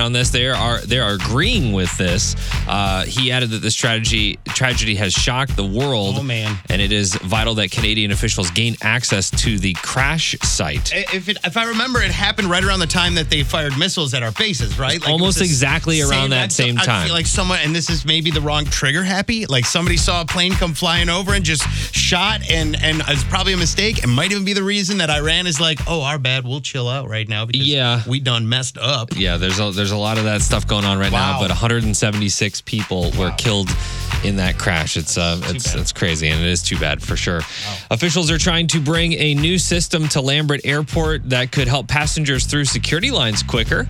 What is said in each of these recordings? on this. They are they are agreeing with this. Uh, he added that this tragedy tragedy has shocked the world. Oh, man. And it is vital that Canadian officials gain access to the crash site. I- If it, if I remember, it happened right around the time that they fired missiles at our bases, right? it was Almost this exactly around that I- same I time. feel like someone, and this is maybe the wrong trigger happy. Like somebody saw a plane come flying over and just shot, and and it's probably a mistake. It might even be the reason that Iran is like, oh, our bad, we'll chill out right now because Yeah. we done messed up. yeah, there's a, there's a lot of that stuff going on right now. Wow. But 176 people were killed in that crash. It's uh, it's it's crazy, and it is too bad for sure. Officials are trying to bring a new system to Lambert Airport that could help passengers through security lines quicker.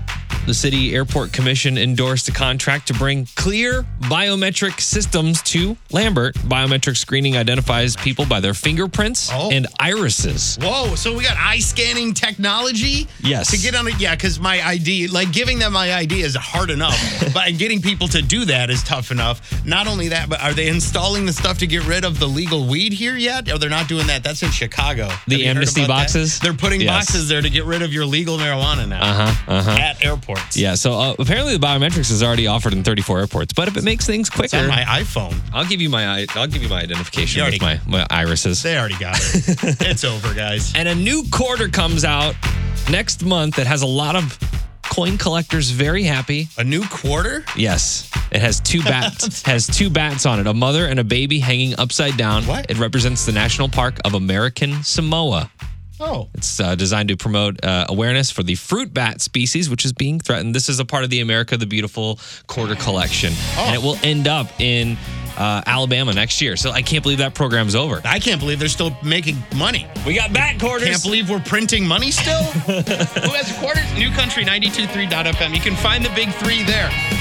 The city airport commission endorsed a contract to bring clear biometric systems to Lambert. Biometric screening identifies people by their fingerprints Oh. and irises. Whoa! So we got eye scanning technology. Yes. To get on it, yeah, because my ID, like giving them my ID, is hard enough, but getting people to do that is tough enough. Not only that, but are they installing the stuff to get rid of the legal weed here yet? Or they're not doing that? That's in Chicago. The Have you heard amnesty about that? boxes? They're putting Yes. Uh-huh, boxes there to get rid of your legal marijuana now. Uh huh. Uh huh. At airports. Yeah, so uh, apparently the biometrics is already offered in 34 airports, but if it makes things It's on quicker, my iPhone. I'll give you my i- I'll give you my identification You with my, already- my irises. They already got it. it's over, guys. And a new quarter comes out next month that has a lot of coin collectors very happy. A new quarter? Yes, it has two bats has two bats on it, a mother and a baby hanging upside down. What? It represents the National Park of American Samoa. Oh. It's uh, designed to promote uh, awareness for the fruit bat species, which is being threatened. This is a part of the America the Beautiful quarter collection, and it will end up in uh, Alabama next year. So I can't believe that program's over. I can't believe they're still making money. We got bat quarters. Can't believe we're printing money still? Who has quarters? New Country 923.fm. You can find the big three there.